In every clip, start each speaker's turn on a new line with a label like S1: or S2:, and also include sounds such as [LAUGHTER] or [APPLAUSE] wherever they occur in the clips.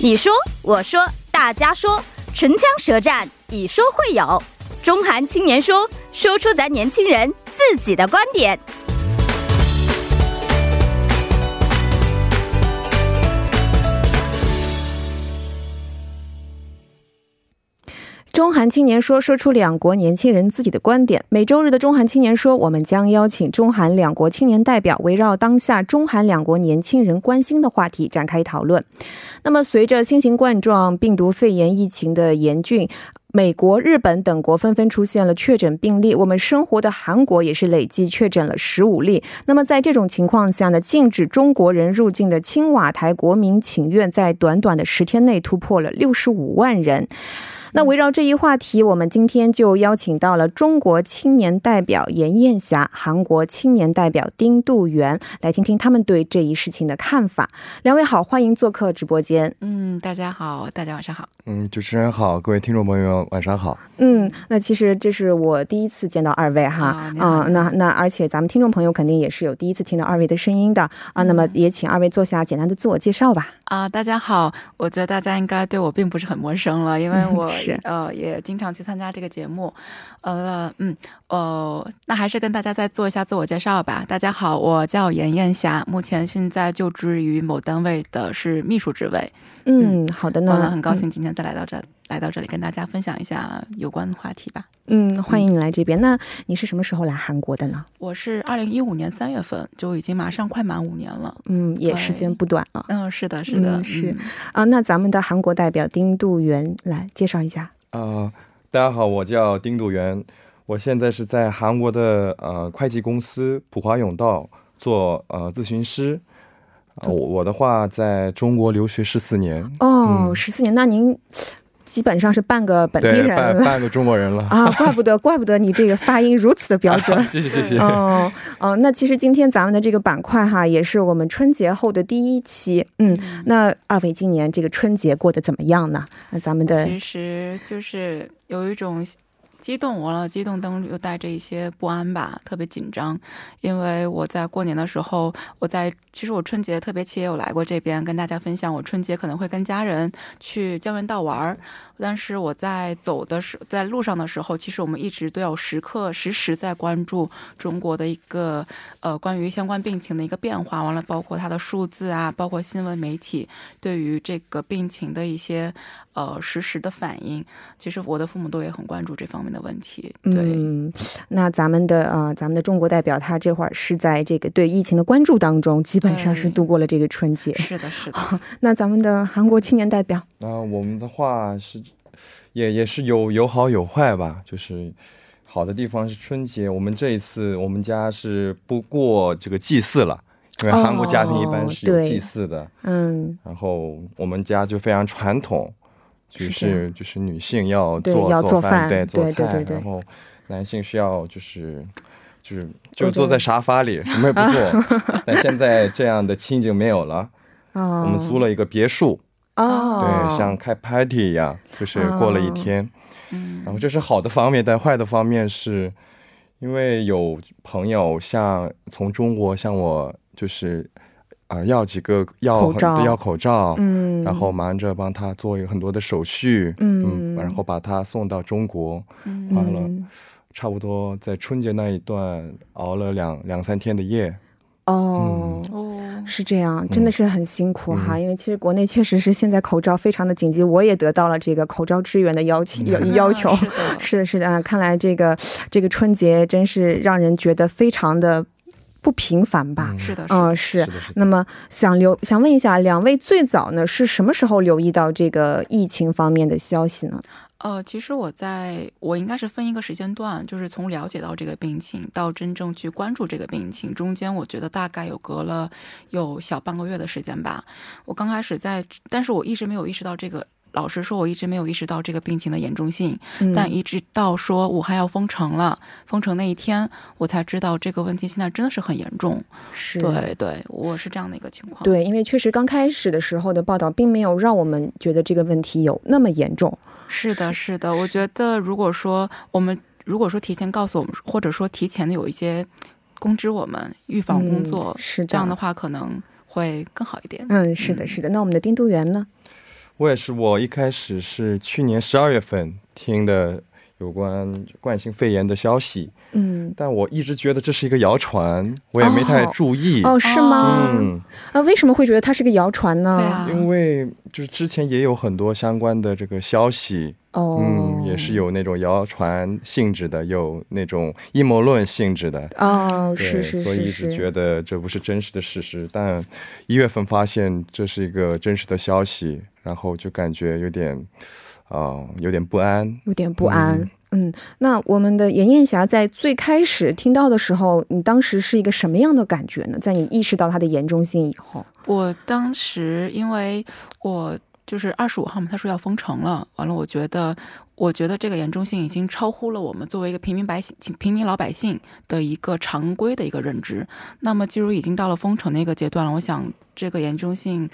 S1: 你说，我说，大家说，唇枪舌战，以说会友。中韩青年说，说出咱年轻人自己的观点。
S2: 中韩青年说，说出两国年轻人自己的观点。每周日的中韩青年说，我们将邀请中韩两国青年代表，围绕当下中韩两国年轻人关心的话题展开讨论。那么，随着新型冠状病毒肺炎疫情的严峻，美国、日本等国纷纷出现了确诊病例，我们生活的韩国也是累计确诊了十五例。那么在这种情况下呢，禁止中国人入境的青瓦台国民请愿在短短的十天内突破了六十五万人。那围绕这一话题，我们今天就邀请到了中国青年代表严艳霞、韩国青年代表丁度元，来听听他们对这一事情的看法。两位好，欢迎做客直播间。
S3: 嗯，大家好，大家晚上好。
S4: 嗯，主持人好，各位听众朋友们，晚上好。
S2: 嗯，那其实这是我第一次见到二位哈，啊、
S3: 哦
S2: 那那而且咱们听众朋友肯定也是有第一次听到二位的声音的啊，那么也请二位做下简单的自我介绍吧。
S3: 啊、大家好，我觉得大家应该对我并不是很陌生了，因为
S2: 嗯
S3: 我、
S2: 是
S3: 呃也经常去参加这个节目。呃，嗯，哦、那还是跟大家再做一下自我介绍吧。大家好，我叫严艳霞，目前现在就职于某单位的是秘书职位。
S2: 嗯，好的
S3: 完
S2: 呢，
S3: 了，很高兴今天再来到这、来到这里跟大家分享一下有关的话题吧。
S2: 嗯。嗯，欢迎你来这边。那你是什么时候来韩国的呢？
S3: 我是二零一五年三月份就已经马上快满五年了。
S2: 嗯，也
S3: 对
S2: 时间不短了
S3: 嗯，是的，是的，
S2: 嗯是
S3: 嗯
S2: 啊。那咱们的韩国代表丁度元来介绍一下。
S4: 呃，大家好，我叫丁笃元，我现在是在韩国的呃会计公司普华永道做呃咨询师。啊、我我的话在中国留学十四年，
S2: 哦，
S4: 嗯
S2: 十四年，那您基本上是半个本地
S4: 对，
S2: 人
S4: 半
S2: 了
S4: 半个中国人了。
S2: 啊，怪不得，怪不得你这个发音如此的标准。
S4: [LAUGHS] 谢谢谢谢。
S2: 哦哦，那其实今天咱们的这个板块哈，也是我们春节后的第一期。嗯，那二位今年这个春节过得怎么样呢？那咱们的
S3: 其实就是有一种激动，完了激动当中又带着一些不安吧，特别紧张。因为我在过年的时候，我在其实我春节特别期也有来过这边，跟大家分享我春节可能会跟家人去江原道玩儿。但是我在走的时，在路上的时候，其实我们一直都要时刻时时在关注中国的一个呃关于相关病情的一个变化，完了包括它的数字啊，包括新闻媒体对于这个病情的一些呃实时的反应。其实我的父母都也很关注这方面的问题。对，
S2: 嗯，那咱们的呃，咱们的中国代表他这会儿是在这个对疫情的关注当中，基本上是
S3: 对
S2: 度过了这个春节。
S3: 是的，是的。
S2: [LAUGHS] 那咱们的韩国青年代表，
S4: 那我们的话是，也也是有有好有坏吧，就是好的地方是春节，我们这一次我们家是不过这个祭祀了，因为韩国家庭一般是
S2: 哦
S4: 有
S2: 对
S4: 祭祀的，
S2: 嗯，
S4: 然后我们家就非常传统，就是
S2: 这样
S4: 是就是女性要
S2: 对
S4: 做
S2: 要做
S4: 做
S2: 饭
S4: 对做
S2: 对
S4: 菜
S2: 对对对
S4: 然后男性是要就是。就是
S2: 我
S4: 就
S2: 懂
S4: 坐在沙发里，什么也不
S2: [LAUGHS]
S4: 做。但现在这样的情景没有了，
S2: 哦，
S4: 我们租了一个别墅，
S2: 哦，
S4: 对，像开 party 一样，就是过了一天。
S3: 嗯
S4: 然后这是好的方面，但坏的方面是，因为有朋友像从中国向我就是啊、要几个要
S2: 口罩
S4: 要口罩，
S2: 嗯，
S4: 然后忙着帮他做很多的手续，
S2: 嗯
S4: 然后把他送到中国，
S3: 嗯
S4: 完了
S2: 嗯
S4: 差不多在春节那一段熬了两两三天的夜。
S2: 哦。
S4: 嗯
S3: 哦，
S2: [LAUGHS] 是这样，真的是很辛苦哈，因为其实国内确实是现在口罩非常的紧急，我也得到了这个口罩支援的要
S4: 嗯
S2: 求要要求。
S3: 啊是的，
S2: 是的，是的啊，看来这个这个春节真是让人觉得非常的不平凡吧。
S3: 是的，是
S2: 嗯，
S3: 的
S2: 是
S4: 是。的，是的。
S2: 那么想留想问一下，两位最早呢是什么时候留意到这个疫情方面的消息呢？
S3: 呃，其实我在我应该是分一个时间段，就是从了解到这个病情到真正去关注这个病情，中间我觉得大概有隔了有小半个月的时间吧。我刚开始在，但是我一直没有意识到这个。老实说，我一直没有意识到这个病情的严重性，
S2: 嗯
S3: 但一直到说武汉要封城了，封城那一天，我才知道这个问题现在真的是很严重。
S2: 是
S3: 对对，我是这样的一个情况。
S2: 对，因为确实刚开始的时候的报道并没有让我们觉得这个问题有那么严重。
S3: 是的，是的，我觉得如果说我们如果说提前告诉我们，或者说提前的有一些通知我们预防工作
S2: 嗯，是
S3: 这样的嗯
S2: 的。嗯
S3: 话可能会更好一点。
S2: 嗯，是的，是的。那我们的丁都元呢？
S4: 我也是，我一开始是去年十二月份听的有关冠心肺炎的消息，
S2: 嗯，
S4: 但我一直觉得这是一个谣传，我也没太
S2: 哦
S4: 注意。
S2: 哦，是吗？
S4: 嗯，
S2: 啊，为什么会觉得它是个谣传呢？
S3: 对啊
S4: 因为就是之前也有很多相关的这个消息，
S2: 哦，
S4: 嗯，也是有那种谣传性质的，有那种阴谋论性质的，
S2: 哦，
S4: 对
S2: 是是
S4: 所
S2: 是
S4: 以一直
S2: 是，
S4: 觉得这不是真实的事实。但一月份发现这是一个真实的消息，然后就感觉有点，啊、有点不安。
S2: 有点不安。嗯，那我们的严艳霞在最开始听到的时候，你当时是一个什么样的感觉呢？在你意识到它的严重性以后，
S3: 我当时因为我就是二十五号嘛，他说要封城了，完了，我觉得，我觉得这个严重性已经超乎了我们作为一个平民百姓、平民老百姓的一个常规的一个认知。那么，既如已经到了封城那个阶段了，我想这个严重性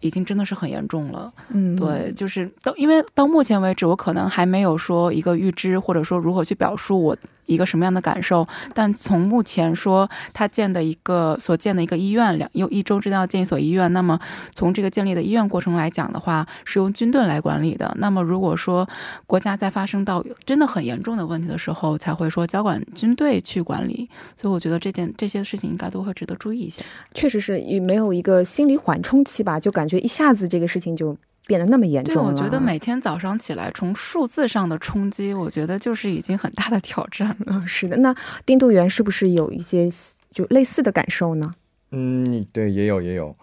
S3: 已经真的是很严重了。
S2: 嗯，
S3: 对，就是到因为到目前为止，我可能还没有说一个预知，或者说如何去表述我一个什么样的感受。但从目前说，他建的一个所建的一个医院，两又一周之内要建一所医院。那么从这个建立的医院过程来讲的话，是由军队来管理的。那么如果说国家在发生到真的很严重的问题的时候，才会说交管军队去管理。所以我觉得这件这些事情应该都会值得注意一下。
S2: 确实是也没有一个心理缓冲期吧，就感觉一下子这个事情就变得那么严
S3: 对，
S2: 重啊了。
S3: 我觉得每天早上起来，从数字上的冲击，我觉得就是已经很大的挑战。
S2: 嗯，是的。那丁度元是不是有一些就类似的感受呢？
S4: 嗯，对，也有也有，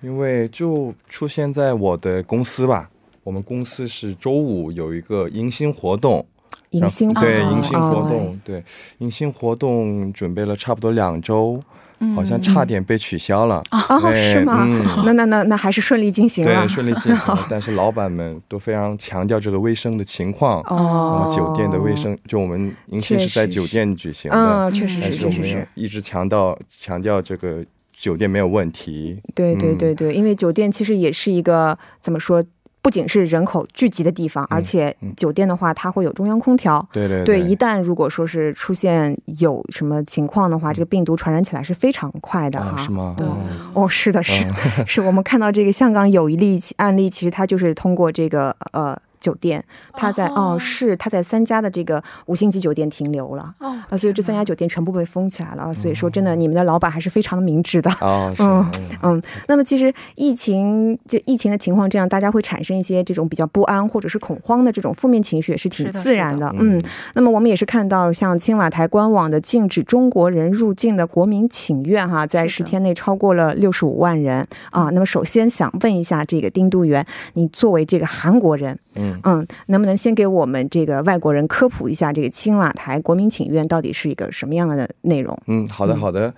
S4: 因为就出现在我的公司吧，我们公司是周五有一个迎新活动，
S2: 迎新
S4: 啊对
S3: 哦
S4: 迎新活
S2: 哦
S4: 动，对迎新活动准备了差不多两周，
S3: 嗯
S4: 好像差点被取消了。
S2: 哦，
S4: 对
S2: 是吗？
S4: 嗯
S2: 那那那那还是顺利进行了
S4: 对，。顺利进 [LAUGHS] 行了，但是老板们都非常强调这个卫生的情况，然
S2: 哦
S4: 后，啊酒店的卫。生，就我们迎新
S2: 确
S4: 是在
S2: 实
S4: 酒
S2: 是
S4: 店举行的，
S2: 嗯，确实
S3: 嗯
S4: 但
S2: 是，
S4: 是我
S2: 确实
S4: 们
S2: 是
S4: 要，一直强调强调这个酒店没有问题，
S2: 对对
S4: 嗯
S2: 对对，因为酒店其实也是一个怎么说，不仅是人口聚集的地方，而且
S4: 嗯
S2: 酒店的话，它会有中央空调。
S4: 对对
S2: 对，一旦如果说是出现有什么情况的话，这个病毒传染起来是非常快的
S4: 嗯啊
S2: 哈。
S4: 是吗？嗯
S3: 对，
S4: 哦
S2: 哦，是的，是、 [LAUGHS] 是，我们看到这个香港有一例案例，其实它就是通过这个呃酒店，它在哦
S3: 哦
S2: 是它在三家的这个五星级酒店停留了
S3: 哦
S2: 啊，所以这三家酒店全部被封起来了啊，所以说真
S4: 哦
S2: 的，你们的老板还是非常的明
S4: [LAUGHS]
S2: 智的。
S4: 啊，是
S2: 嗯
S4: 吗
S2: 嗯，那么其实疫情就疫情的情况这样，大家会产生一些这种比较不安或者是恐慌的这种负面情绪，也是挺
S3: 是的
S2: 自然
S3: 是
S2: 的。
S3: 的
S2: 嗯，那么我们也是看到，像青瓦台官网的禁止中国人入境的国民请愿哈，在十
S3: 是的
S2: 天内超过了六十五万人啊。那么首先想问一下这个丁都元，你作为这个韩国人，
S4: 嗯
S2: 嗯，能不能先给我们这个外国人科普一下这个青瓦台国民请愿到底是一个什么样的内容？
S4: 嗯，好的好的。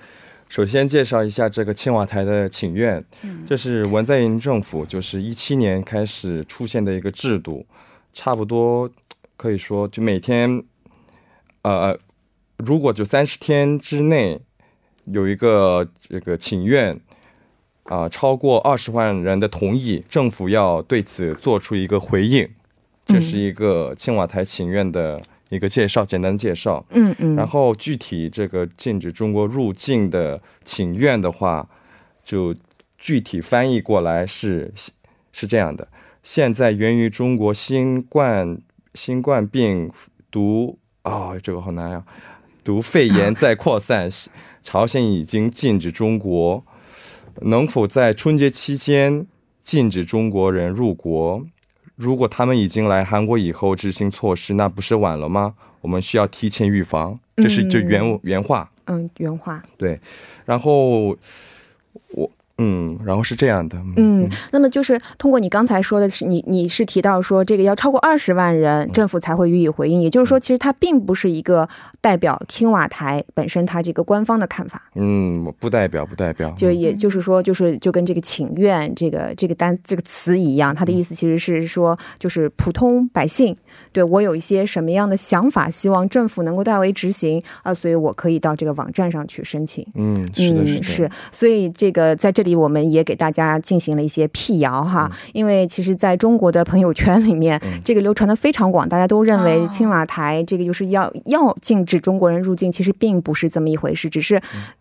S4: 首先介绍一下这个青瓦台的请愿，这是文在寅政府就是一七年开始出现的一个制度，差不多可以说就每天，呃，如果就三十天之内有一个这个请愿啊、超过二十万人的同意，政府要对此做出一个回应。这是一个青瓦台请愿的一个介绍，简单介绍。
S2: 嗯嗯，
S4: 然后具体这个禁止中国入境的请愿的话，就具体翻译过来是是这样的：现在源于中国新冠新冠病毒哦，这个好难呀、毒肺炎在扩散， [LAUGHS] 西朝鲜已经禁止中国，能否在春节期间禁止中国人入国？如果他们已经来韩国以后执行措施，那不是晚了吗？我们需要提前预防，这是就原、原话。
S2: 嗯，原话。
S4: 然后我嗯，然后是这样的，
S2: 嗯，那么就是通过你刚才说的是，你你是提到说这个要超过二十万人，政府才会予以回应。也就是说，其实它并不是一个代表青瓦台本身它这个官方的看法，
S4: 嗯，不代表不代表，
S2: 就也就是说，就是就跟这个请愿这个这个单这个词一样，它的意思其实是说，就是普通百姓对我有一些什么样的想法，希望政府能够代为执行啊，所以我可以到这个网站上去申请。
S4: 嗯，是的，
S2: 嗯
S4: 是的，
S2: 是，所以这个在这里我们也给大家进行了一些辟谣哈，因为其实在中国的朋友圈里面，
S4: 嗯
S2: 这个流传的非常广，大家都认为
S3: 哦
S2: 青瓦台这个就是要要禁止中国人入境，其实并不是这么一回事，只是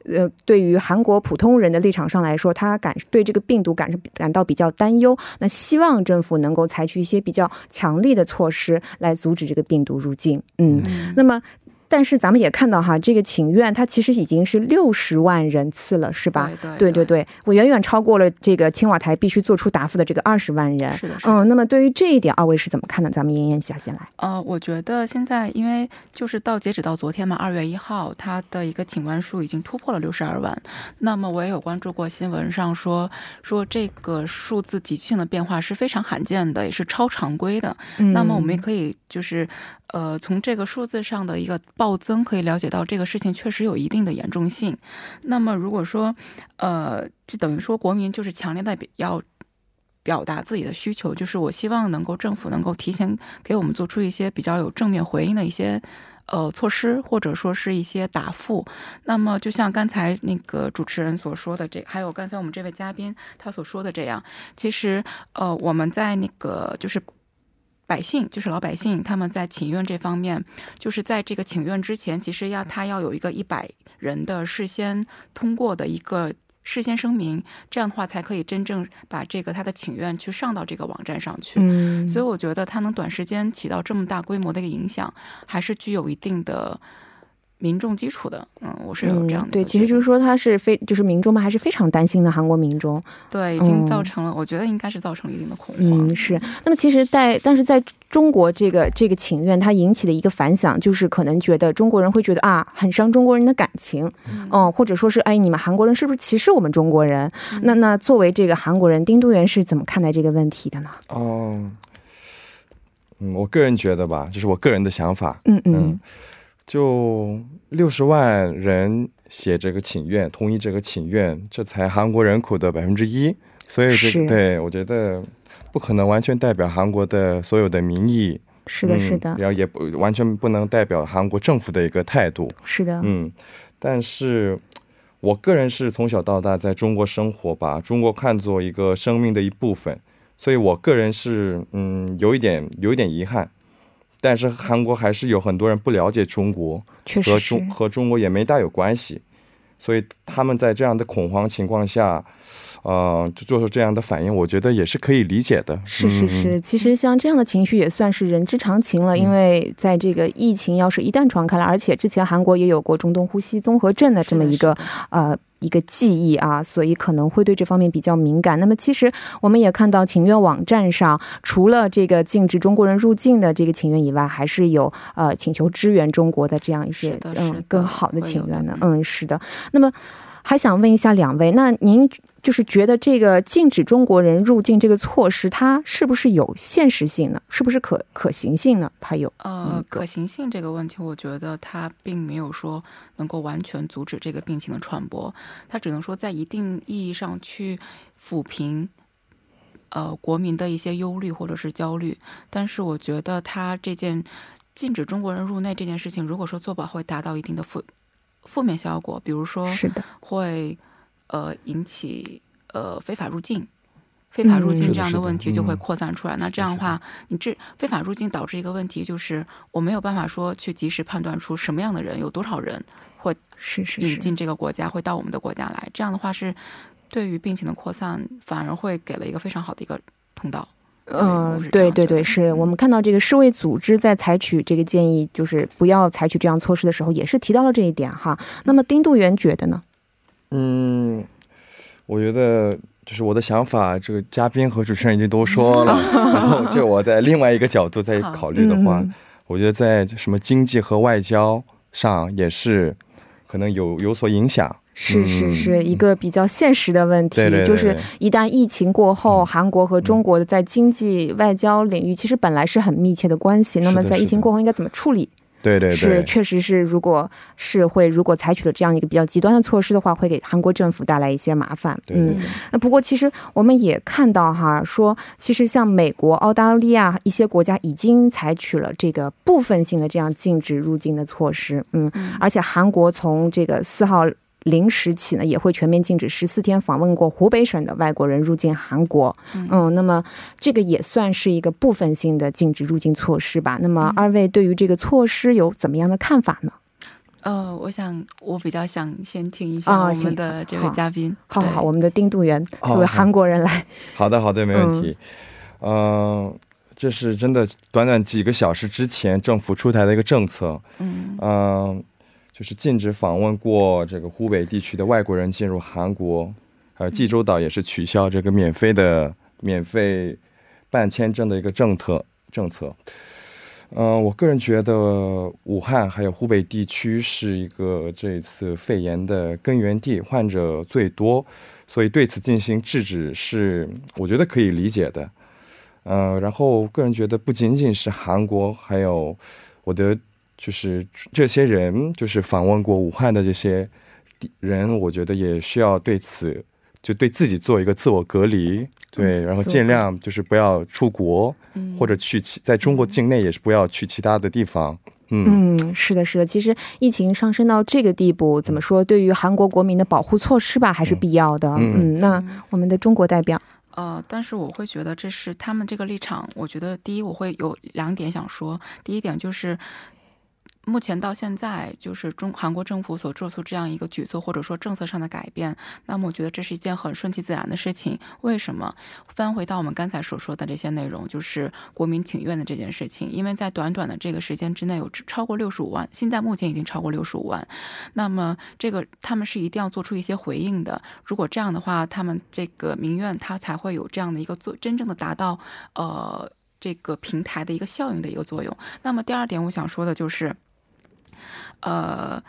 S4: 嗯
S2: 呃，对于韩国普通人的立场上来说，他感对这个病毒感感到比较担忧，那希望政府能够采取一些比较强力的措施来阻止这个病毒入境，嗯
S3: 嗯
S2: 那么，但是咱们也看到哈，这个请愿它其实已经是六十万人次了，是吧？
S3: 对
S2: 对
S3: 对
S2: 对对，我远远超过了这个青瓦台必须做出答复的这个二十万人。
S3: 是的，是的。
S2: 嗯，那么对于这一点，二位是怎么看的？咱们妍妍下先来。
S3: 呃，我觉得现在因为就是到截止到昨天嘛，二月一号，它的一个请愿数已经突破了六十二万。那么我也有关注过新闻上说说这个数字急剧性的变化是非常罕见的，也是超常规的。那么我
S2: 嗯
S3: 们也可以就是，呃，从这个数字上的一个暴增，可以了解到这个事情确实有一定的严重性。那么如果说，呃，这等于说国民就是强烈的要表达自己的需求，就是我希望能够政府能够提前给我们做出一些比较有正面回应的一些。呃，措施或者说是一些答复。那么，就像刚才那个主持人所说的这，还有刚才我们这位嘉宾他所说的这样，其实呃，我们在那个就是百姓，就是老百姓，他们在请愿这方面，就是在这个请愿之前，其实要他要有一个一百人的事先通过的一个。事先声明，这样的话才可以真正把这个他的请愿去上到这个网站上去。
S2: 嗯，
S3: 所以我觉得它能短时间起到这么大规模的一个影响，还是具有一定的民众基础的。嗯，我是有这样的一个觉得、
S2: 嗯、对，其实就是说他是非就是民众们还是非常担心的韩国民众。
S3: 对，已经
S2: 嗯
S3: 造成了，我觉得应该是造成了一定的恐慌。
S2: 嗯，是。那么其实在，但是在中国这个这个请愿，它引起的一个反响，就是可能觉得中国人会觉得啊，很伤中国人的感情，嗯、或者说是哎，你们韩国人是不是歧视我们中国人？那那作为这个韩国人，丁都元是怎么看待这个问题的呢？
S4: 哦，嗯，我个人觉得吧，这是我个人的想法，
S2: 嗯嗯
S4: 嗯，就六十万人写这个请愿，同意这个请愿，这才韩国人口的百分之一，所以这
S2: 是
S4: 个对我觉得不可能完全代表韩国的所有的民意，
S2: 是的，
S4: 嗯
S2: 是的，
S4: 然后也不完全不能代表韩国政府的一个态度，
S2: 是的，
S4: 嗯，但是我个人是从小到大在中国生活，把中国看作一个生命的一部分，所以我个人是嗯有一点有一点遗憾。但是韩国还是有很多人不了解中国，
S2: 确实
S4: 和
S2: 是
S4: 中。和中国也没大有关系，所以他们在这样的恐慌情况下，呃，就做出这样的反应，我觉得也是可以理解的。
S2: 是是
S4: 嗯，
S2: 是，其实像这样的情绪也算是人之常情了，因为在这个疫情要是一旦传开了，而且之前韩国也有过中东呼吸综合症的这么一个呃一个记忆啊，所以可能会对这方面比较敏感。那么其实我们也看到请愿网站上，除了这个禁止中国人入境的这个请愿以外，还是有呃请求支援中国的这样一些
S3: 是的是的
S2: 嗯更好的请愿
S3: 会有的
S2: 嗯，是的。那么还想问一下两位，那您就是觉得这个禁止中国人入境这个措施，它是不是有现实性呢？是不是可可行性呢？它有，
S3: 呃
S2: 一，个
S3: 可行性这个问题，我觉得它并没有说能够完全阻止这个病情的传播，它只能说在一定意义上去抚平。呃，国民的一些忧虑或者是焦虑，但是我觉得它这件禁止中国人入内这件事情，如果说做不好，会达到一定的负负面效果，比如说
S2: 是的，
S3: 会呃引起呃非法入境。非法入
S2: 嗯
S3: 境这样的问题就会扩散出来。那这样的话，你这非法入境导致一个问题，就是我没有办法说去及时判断出什么样的人有多少人
S2: 是是
S3: 引
S2: 是，
S3: 进这个国家，会到我们的国家来。这样的话是对于病情的扩散，反而会给了一个非常好的一个通道。
S2: 嗯、
S3: 我是这
S2: 对
S3: 样嗯
S2: 对
S3: 觉
S2: 对，
S3: 得
S2: 是我们看到这个世卫组织在采取这个建议，就是不要采取这样措施的时候，也是提到了这一点哈。那么丁度元觉得呢？
S4: 嗯，我觉得就是我的想法，这个嘉宾和主持人已经都
S2: [LAUGHS]
S4: 说了，然后就我在另外一个角度再考虑的话，
S2: 嗯
S4: 我觉得在什么经济和外交上也是可能有有所影响。
S2: 是是
S4: 嗯
S2: 是一个比较现实的问题，
S4: 对对对嗯
S2: 就是
S4: 对
S2: 一旦疫情过后，韩国和中国的在经济外交领域其实本来是很密切的关系。那么
S4: 是的
S2: 在疫
S4: 是
S2: 情
S4: 的
S2: 过后应该怎么处理？
S4: 对对
S2: 是
S4: 对，
S2: 确实是，如果是会如果采取了这样一个比较极端的措施的话，会给韩国政府带来一些麻烦。
S4: 对对
S2: 嗯，
S4: 对
S2: 那不过其实我们也看到哈，说其实像美国、澳大利亚一些国家已经采取了这个嗯部分性的这样禁止入境的措施，嗯，而且韩国从这个四号。零时起呢，也会全面禁止十四天访问过湖北省的外国人入境韩国。嗯，那么这个也算是一个部分性的禁止入境措施吧。那么二位对于这个措施有怎么样的看法呢？
S3: 呃，我想我比较想先听一
S2: 啊
S3: 下我
S2: 行
S3: 们的这位
S2: 好
S3: 嘉宾。
S2: 好好
S3: 对
S2: 好，我们的丁度元
S4: 好
S2: 作为
S4: 好
S2: 韩国人来，
S4: 好的，好的，没问题。嗯、这是真的，短短几个小时之前政府出台的一个政策，
S3: 嗯
S4: 嗯、就是禁止访问过这个湖北地区的外国人进入韩国，还有济州岛也是取消这个免费的免费办签证的一个政策政策。嗯、我个人觉得武汉还有湖北地区是一个这次肺炎的根源地，患者最多，所以对此进行制止是我觉得可以理解的。嗯、然后个人觉得不仅仅是韩国，还有我的就是这些人，就是访问过武汉的这些地人，我觉得也需要对此就对自己做一个自我隔离，对，
S2: 嗯
S4: 然后
S2: 自我
S4: 尽
S2: 隔离
S4: 量就是不要出国，
S3: 嗯
S4: 或者去其在中国境内也是不要去其他的地方。嗯，
S2: 嗯，是的，是的。其实疫情上升到这个地步，怎么说？对于韩国国民的保护措施吧，还是必要的。嗯，
S4: 嗯
S2: 那我们的中国代表，
S3: 呃，但是我会觉得这是他们这个立场。我觉得第一，我会有两点想说。第一点就是，目前到现在，就是中韩国政府所做出这样一个举措，或者说政策上的改变，那么我觉得这是一件很顺其自然的事情。为什么？翻回到我们刚才所说的这些内容，就是国民请愿的这件事情，因为在短短的这个时间之内，有超过六十五万，现在目前已经超过六十五万，那么这个他们是一定要做出一些回应的。如果这样的话，他们这个民怨它才会有这样的一个做真正的达到呃这个平台的一个效应的一个作用。那么第二点，我想说的就是，呃。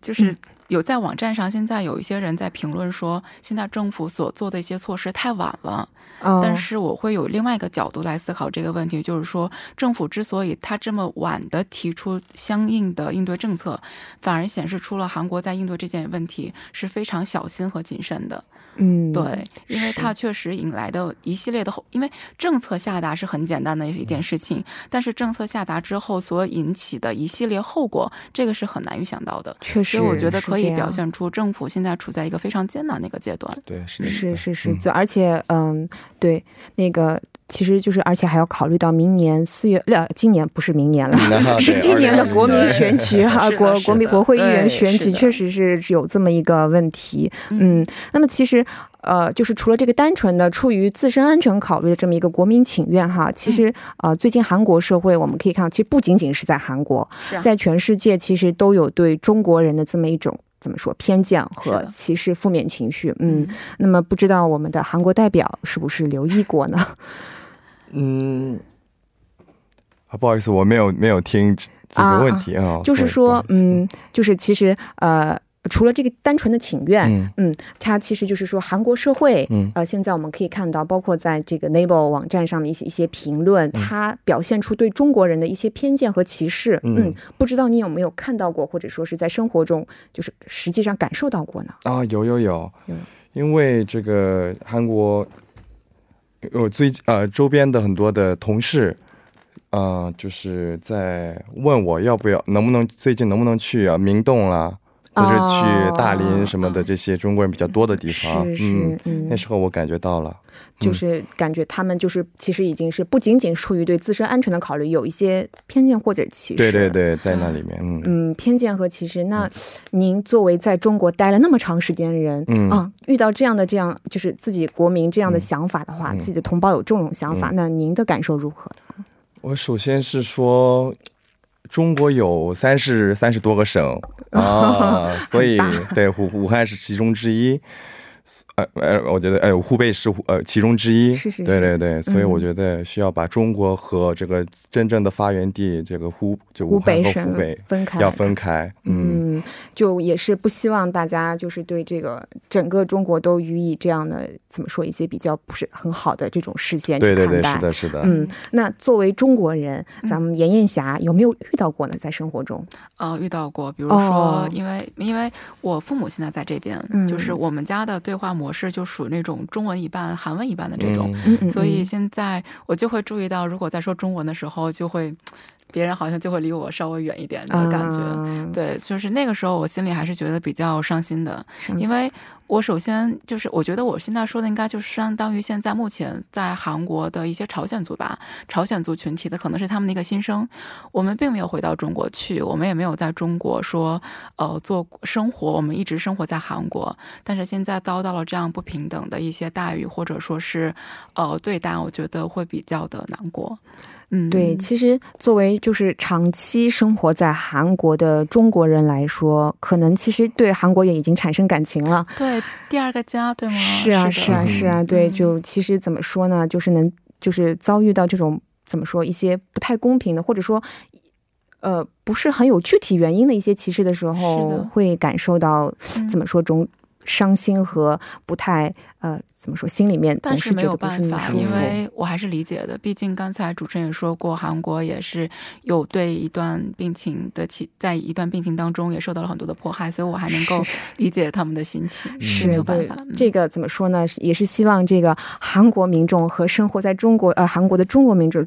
S3: 就是有在网站上，现在有一些人在评论说，现在政府所做的一些措施太晚了，
S2: 嗯、
S3: 但是我会有另外一个角度来思考这个问题，就是说，政府之所以它这么晚的提出相应的应对政策，反而显示出了韩国在应对这件问题是非常小心和谨慎的。
S2: 嗯，
S3: 对，因为
S2: 是
S3: 它确实引来的一系列的后，因为政策下达是很简单的一
S2: 嗯
S3: 件事情，但是政策下达之后所引起的一系列后果，这个是很难预想到的。
S2: 确实，
S3: 所以我觉得可
S2: 是这
S3: 以
S2: 样
S3: 表现出政府现在处在一个非常艰难的一个阶段。
S4: 对，是的
S2: 是是是，
S4: 嗯
S2: 就而且嗯，对，那个其实就是，而且还要考虑到明年四月，呃，今年不是明年了。
S4: 然后 [LAUGHS] 对
S2: [LAUGHS] 是今年的
S4: 2020
S2: 国民
S4: 对
S2: 选举啊，
S3: 是的
S2: 国
S3: 是的
S2: 国民国会议员
S3: 对
S2: 选举
S3: 是的
S2: 确实是有这么一个问题。嗯，那么其实呃，就是除了这个单纯的出于自身安全考虑的这么一个国民请愿哈，其实
S3: 嗯
S2: 呃，最近韩国社会我们可以看到，其实不仅仅是在韩国，
S3: 是啊
S2: 在全世界其实都有对中国人的这么一种。怎么说偏见和
S3: 是的
S2: 歧视、负面情绪？嗯，那么不知道我们的韩国代表是不是留意过呢？
S4: [LAUGHS]
S2: [LAUGHS]
S4: 嗯，啊，不好意思，我没有没有听这这
S2: 啊
S4: 个问题啊，
S2: 就是
S4: sorry，
S2: 说，
S4: 不好意思，
S2: 嗯，就是其实呃，除了这个单纯的请愿，
S4: 嗯
S2: 它其实就是说韩国社会。
S4: 嗯
S2: 呃，现在我们可以看到，包括在这个 Nable 网站上面一些一些评
S4: 嗯
S2: 论，它表现出对中国人的一些偏见和歧视。
S4: 嗯
S2: 不知道你有没有看到过，或者说是在生活中，就是实际上感受到过呢？
S4: 啊，有有有
S2: 有，
S4: 因为这个韩国，我最呃周边的很多的同事，啊，就是在问我要不要，能不能最近能不能去啊明洞啦，或者去大
S2: 哦
S4: 林什么的这些中国人比较多的地方，
S2: 是
S4: 嗯
S2: 是，，嗯
S4: 那，嗯时候我感觉到了，
S2: 就是感觉他们就是其实已经是不仅仅出于对自身安全的考虑，有一些偏见或者歧视。
S4: 对对对，在那里面，嗯
S2: 嗯，偏见和歧视。那您作为在中国待了那么长时间的人，
S4: 嗯
S2: 啊，遇到这样的这样就是自己国民这样的想法的话，
S4: 嗯
S2: 自己的同胞有这种想法，
S4: 嗯
S2: 那您的感受如何？
S4: 我首先是说，中国有三十三十多个省啊，所以对武武汉是其中之一。呃呃，我觉得呃湖北是呃其中之一，
S2: 是是是
S4: 对对对，所以我觉得需要把中国和这个真正的发源地这个湖就
S2: 湖
S4: 武汉
S2: 北
S4: 和湖
S2: 省
S4: 北
S2: 分开
S4: 要分开，嗯，
S2: 嗯，就也是不希望大家就是对这个整个中国都予以这样的怎么说一些比较不是很好的这种视线去
S4: 对
S2: 看待。
S4: 对对，是的是的，
S2: 嗯，那作为中国人，
S3: 嗯
S2: 咱们严艳霞有没有遇到过呢？在生活中，
S3: 呃，遇到过，比如
S2: 哦
S3: 说，因为、因为我父母现在在这边、
S2: 嗯
S3: 就是我们家的对话模式就属于那种中文一半、韩文一半的这种，
S4: 嗯
S2: 嗯嗯
S3: 所以现在我就会注意到，如果在说中文的时候，就会别人好像就会离我稍微远一点的感觉。
S2: 啊
S3: 对，就是那个时候，我心里还是觉得比较伤心的，
S2: 上次
S3: 因为我首先就是，我觉得我现在说的应该就是相当于现在目前在韩国的一些朝鲜族吧，朝鲜族群体的可能是他们的一个心声。我们并没有回到中国去，我们也没有在中国说呃做生活，我们一直生活在韩国，但是现在遭到了这样不平等的一些待遇，或者说是呃对待，我觉得会比较的难过。嗯，
S2: 对，其实作为就是长期生活在韩国的中国人来说，可能其实对韩国也已经产生感情了。
S3: 对，第二个家，对吗？
S2: 是啊，
S3: 的
S2: 是啊，是啊，
S4: 嗯
S2: 对，
S3: 嗯
S2: 就其实怎么说呢，就是能就是遭遇到这种怎么说一些不太公平的，或者说。呃，不是很有具体原因的一些歧视的时
S3: 是
S2: 候
S3: 的，
S2: 会感受到
S3: 嗯
S2: 怎么说种伤心和不太呃怎么说心里面总
S3: 但
S2: 是
S3: 没
S2: 觉得
S3: 有
S2: 不是
S3: 办
S2: 那么
S3: 法，
S2: 舒
S3: 因
S2: 服。
S3: 为我还是理解的。毕竟刚才主持人也说过，韩国也是有对一段病情的起，在一段病情当中也受到了很多的迫害，所以我还能够
S2: 是
S3: 理解他们的心情。
S2: 是
S3: 没有办
S2: 对
S3: 法，嗯
S2: 这个怎么说呢？也是希望这个韩国民众和生活在中国呃韩国的中国民众，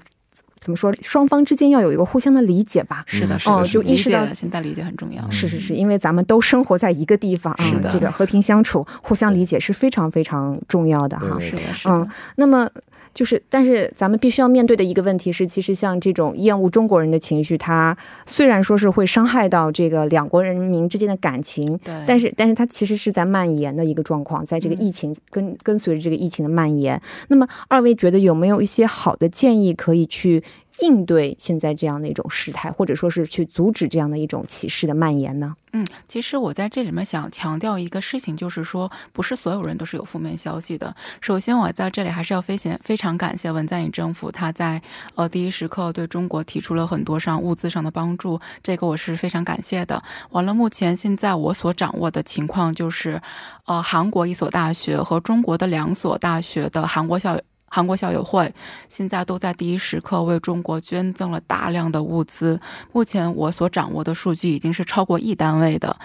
S2: 怎么说？双方之间要有一个互相的理解吧。
S3: 是的，
S4: 嗯
S3: 是的，
S2: 哦
S3: 是
S2: 就
S3: 的
S2: 意识
S3: 理解
S2: 到
S3: 了现在理解很重要。
S2: 是是是，因为咱们都生活在一个地方啊
S3: 嗯是，的
S2: 这个和平相处、互相理解是非常非常重要的哈
S4: 对。
S3: 是的，是
S2: 嗯
S3: 的，，
S2: 那么就是，但是咱们必须要面对的一个问题是，其实像这种厌恶中国人的情绪，它虽然说是会伤害到这个两国人民之间的感情，
S3: 对，
S2: 但
S3: 是
S2: 是，但是它其实是在蔓延的一个状况，在这个
S3: 嗯
S2: 疫情跟、跟随着这个疫情的蔓延。那么，二位觉得有没有一些好的建议可以去应对现在这样的一种事态，或者说是去阻止这样的一种歧视的蔓延呢？
S3: 嗯，其实我在这里面想强调一个事情，就是说，不是所有人都是有负面消息的。首先，我在这里还是要非常非常感谢文在寅政府，他在呃第一时刻对中国提出了很多上物资上的帮助，这个我是非常感谢的。完了，目前现在我所掌握的情况就是，呃，韩国一所大学和中国的两所大学的韩国校。韩国校友会现在都在第一时刻为中国捐赠了大量的物资，目前我所掌握的数据已经是超过亿单位的，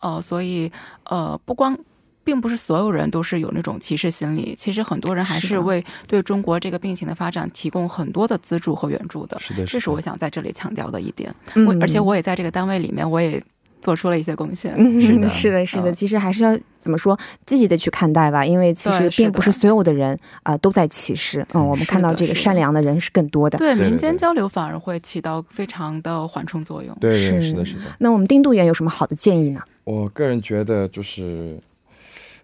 S3: 呃，所以呃，不光。并不是所有人都是有那种歧视心理，其实很多人还
S2: 是
S3: 是
S2: 的
S3: 为对中国这个病情的发展提供很多的资助和援助的。
S4: 是的，
S3: 这是
S4: 的
S3: 我想在这里强调的一点。
S2: 嗯
S3: 我
S2: [LAUGHS]
S3: 而且我也在这个单位里面，我也做出了一些贡献。
S2: 是
S4: 的
S2: 是的，是的，
S3: 嗯
S2: 其实还是要怎么说积极的去看待吧，因为其实
S3: 对
S2: 并不
S3: 是
S2: 是
S3: 的
S2: 所有的人啊、呃都在歧视，嗯，我们
S3: 是
S2: 看到
S3: 的
S2: 这个
S3: 是的
S2: 善良的人是更多的。
S3: 对
S4: 对
S3: 民
S4: 对
S3: 间交流反而会起到非常的缓冲作用。
S4: 对对
S2: 是
S4: 是的是的，
S2: 那我们丁度员有什么好的建议呢？
S4: 我个人觉得就是，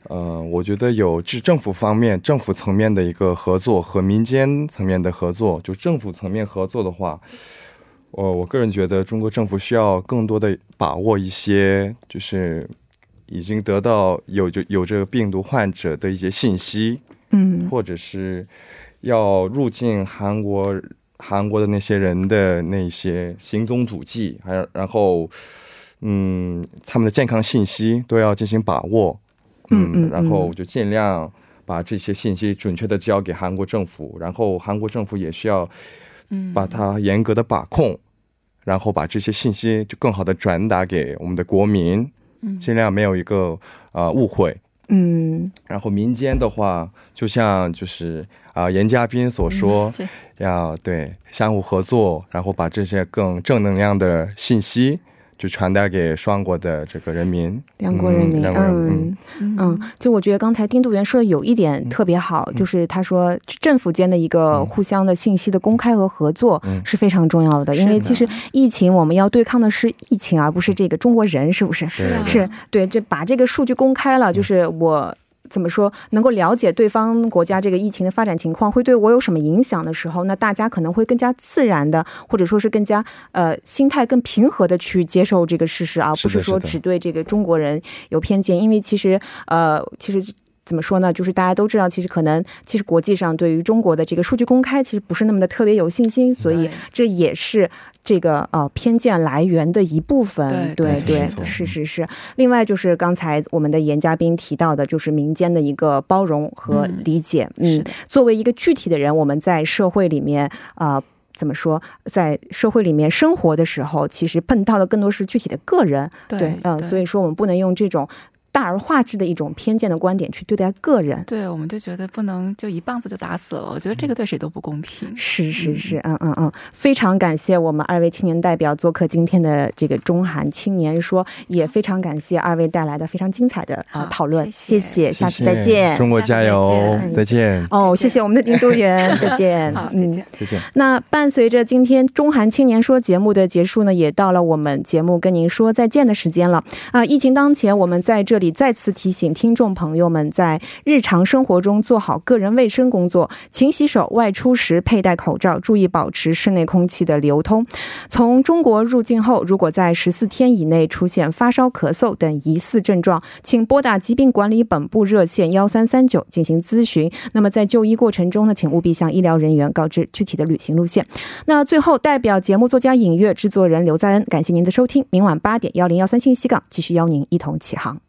S4: 呃，我觉得有政政府方面、政府层面的一个合作和民间层面的合作。就政府层面合作的话，我、我个人觉得中国政府需要更多的把握一些，就是已经得到有着有这个病毒患者的一些信息，
S2: 嗯
S4: 或者是要入境韩国韩国的那些人的那些行踪足迹，还有然后嗯他们的健康信息都要进行把握，
S2: 嗯嗯
S4: 然后就尽量把这些信息准确的交给韩国政府，然后韩国政府也需要
S3: 嗯，
S4: 把它严格的把控。然后把这些信息就更好的传达给我们的国民，
S3: 嗯
S4: 尽量没有一个呃误会。
S2: 嗯，
S4: 然后民间的话，就像就是啊、严嘉宾所说，
S3: 嗯
S2: 嗯
S3: 是
S4: [LAUGHS] 要对相互合作，然后把这些更正能量的信息就传达给双国的这个人民，
S2: 两国人民，
S4: 嗯两国人民
S2: 嗯嗯，就我觉得刚才丁度员说的有一点特别好，就是他说政府间的一个
S4: 嗯
S2: 互相的信息的公开和合作
S4: 嗯
S2: 是非常重要的，因为其实疫情我们要对抗的是疫情，而不是这个中国人，是不是？
S4: 对对
S2: 是对，这把这个数据公开
S4: 嗯
S2: 了，就是我。怎么说？能够了解对方国家这个疫情的发展情况，会对我有什么影响的时候，那大家可能会更加自然的，或者说是更加呃心态更平和的去接受这个事实，而不
S4: 是的
S2: 是说
S4: 是的
S2: 只对这个中国人有偏见。因为其实呃，其实怎么说呢？就是大家都知道，其实可能其实国际上对于中国的这个数据公开，其实不是那么的特别有信心，所以
S3: 对
S2: 这也是这个呃偏见来源的一部分。
S3: 对
S2: 对
S4: 对没错
S2: 是是是。另外就是刚才我们的严嘉宾提到的，就是民间的一个包容和
S3: 嗯
S2: 理解。
S3: 是
S2: 嗯，
S3: 的
S2: 作为一个具体的人，我们在社会里面啊。呃怎么说，在社会里面生活的时候，其实碰到的更多是具体的个人，
S3: 对
S2: 嗯、所
S3: 以
S2: 以说我们不能用这种。大而化之的一种偏见的观点去对待个人。
S3: 对，我们就觉得不能就一棒子就打死了，我觉得这个对谁都不公平。
S2: 是是是，嗯嗯嗯，非常感谢我们二位青年代表做客今天的这个中韩青年说，也非常感谢二位带来的非常精彩的啊、
S3: 好
S2: 讨论，
S3: 谢
S2: 谢，
S3: 谢
S2: 下次再
S4: 谢谢
S2: 见。
S4: 中国
S3: 下次再
S4: 加油
S3: 见，。
S4: 再见，
S2: 哦，谢谢我们的丁都员，再见
S3: [LAUGHS] 好，再
S2: 嗯
S3: 见。
S4: 再见。
S2: 那伴随着今天《中韩青年说》节目的结束呢，也到了我们节目跟您说再见的时间了啊！疫情当前，我们在这里再次提醒听众朋友们，在日常生活中做好个人卫生工作，勤洗手，外出时佩戴口罩，注意保持室内空气的流通。从中国入境后，如果在十四天以内出现发烧、咳嗽等疑似症状，请拨打疾病管理本部热线幺三三九进行咨询。那么在就医过程中呢，请务必向医疗人员告知具体的旅行路线。那最后，代表节目作家尹月、制作人刘在恩，感谢您的收听。明晚八点幺零幺三信息港继续邀您一同起航。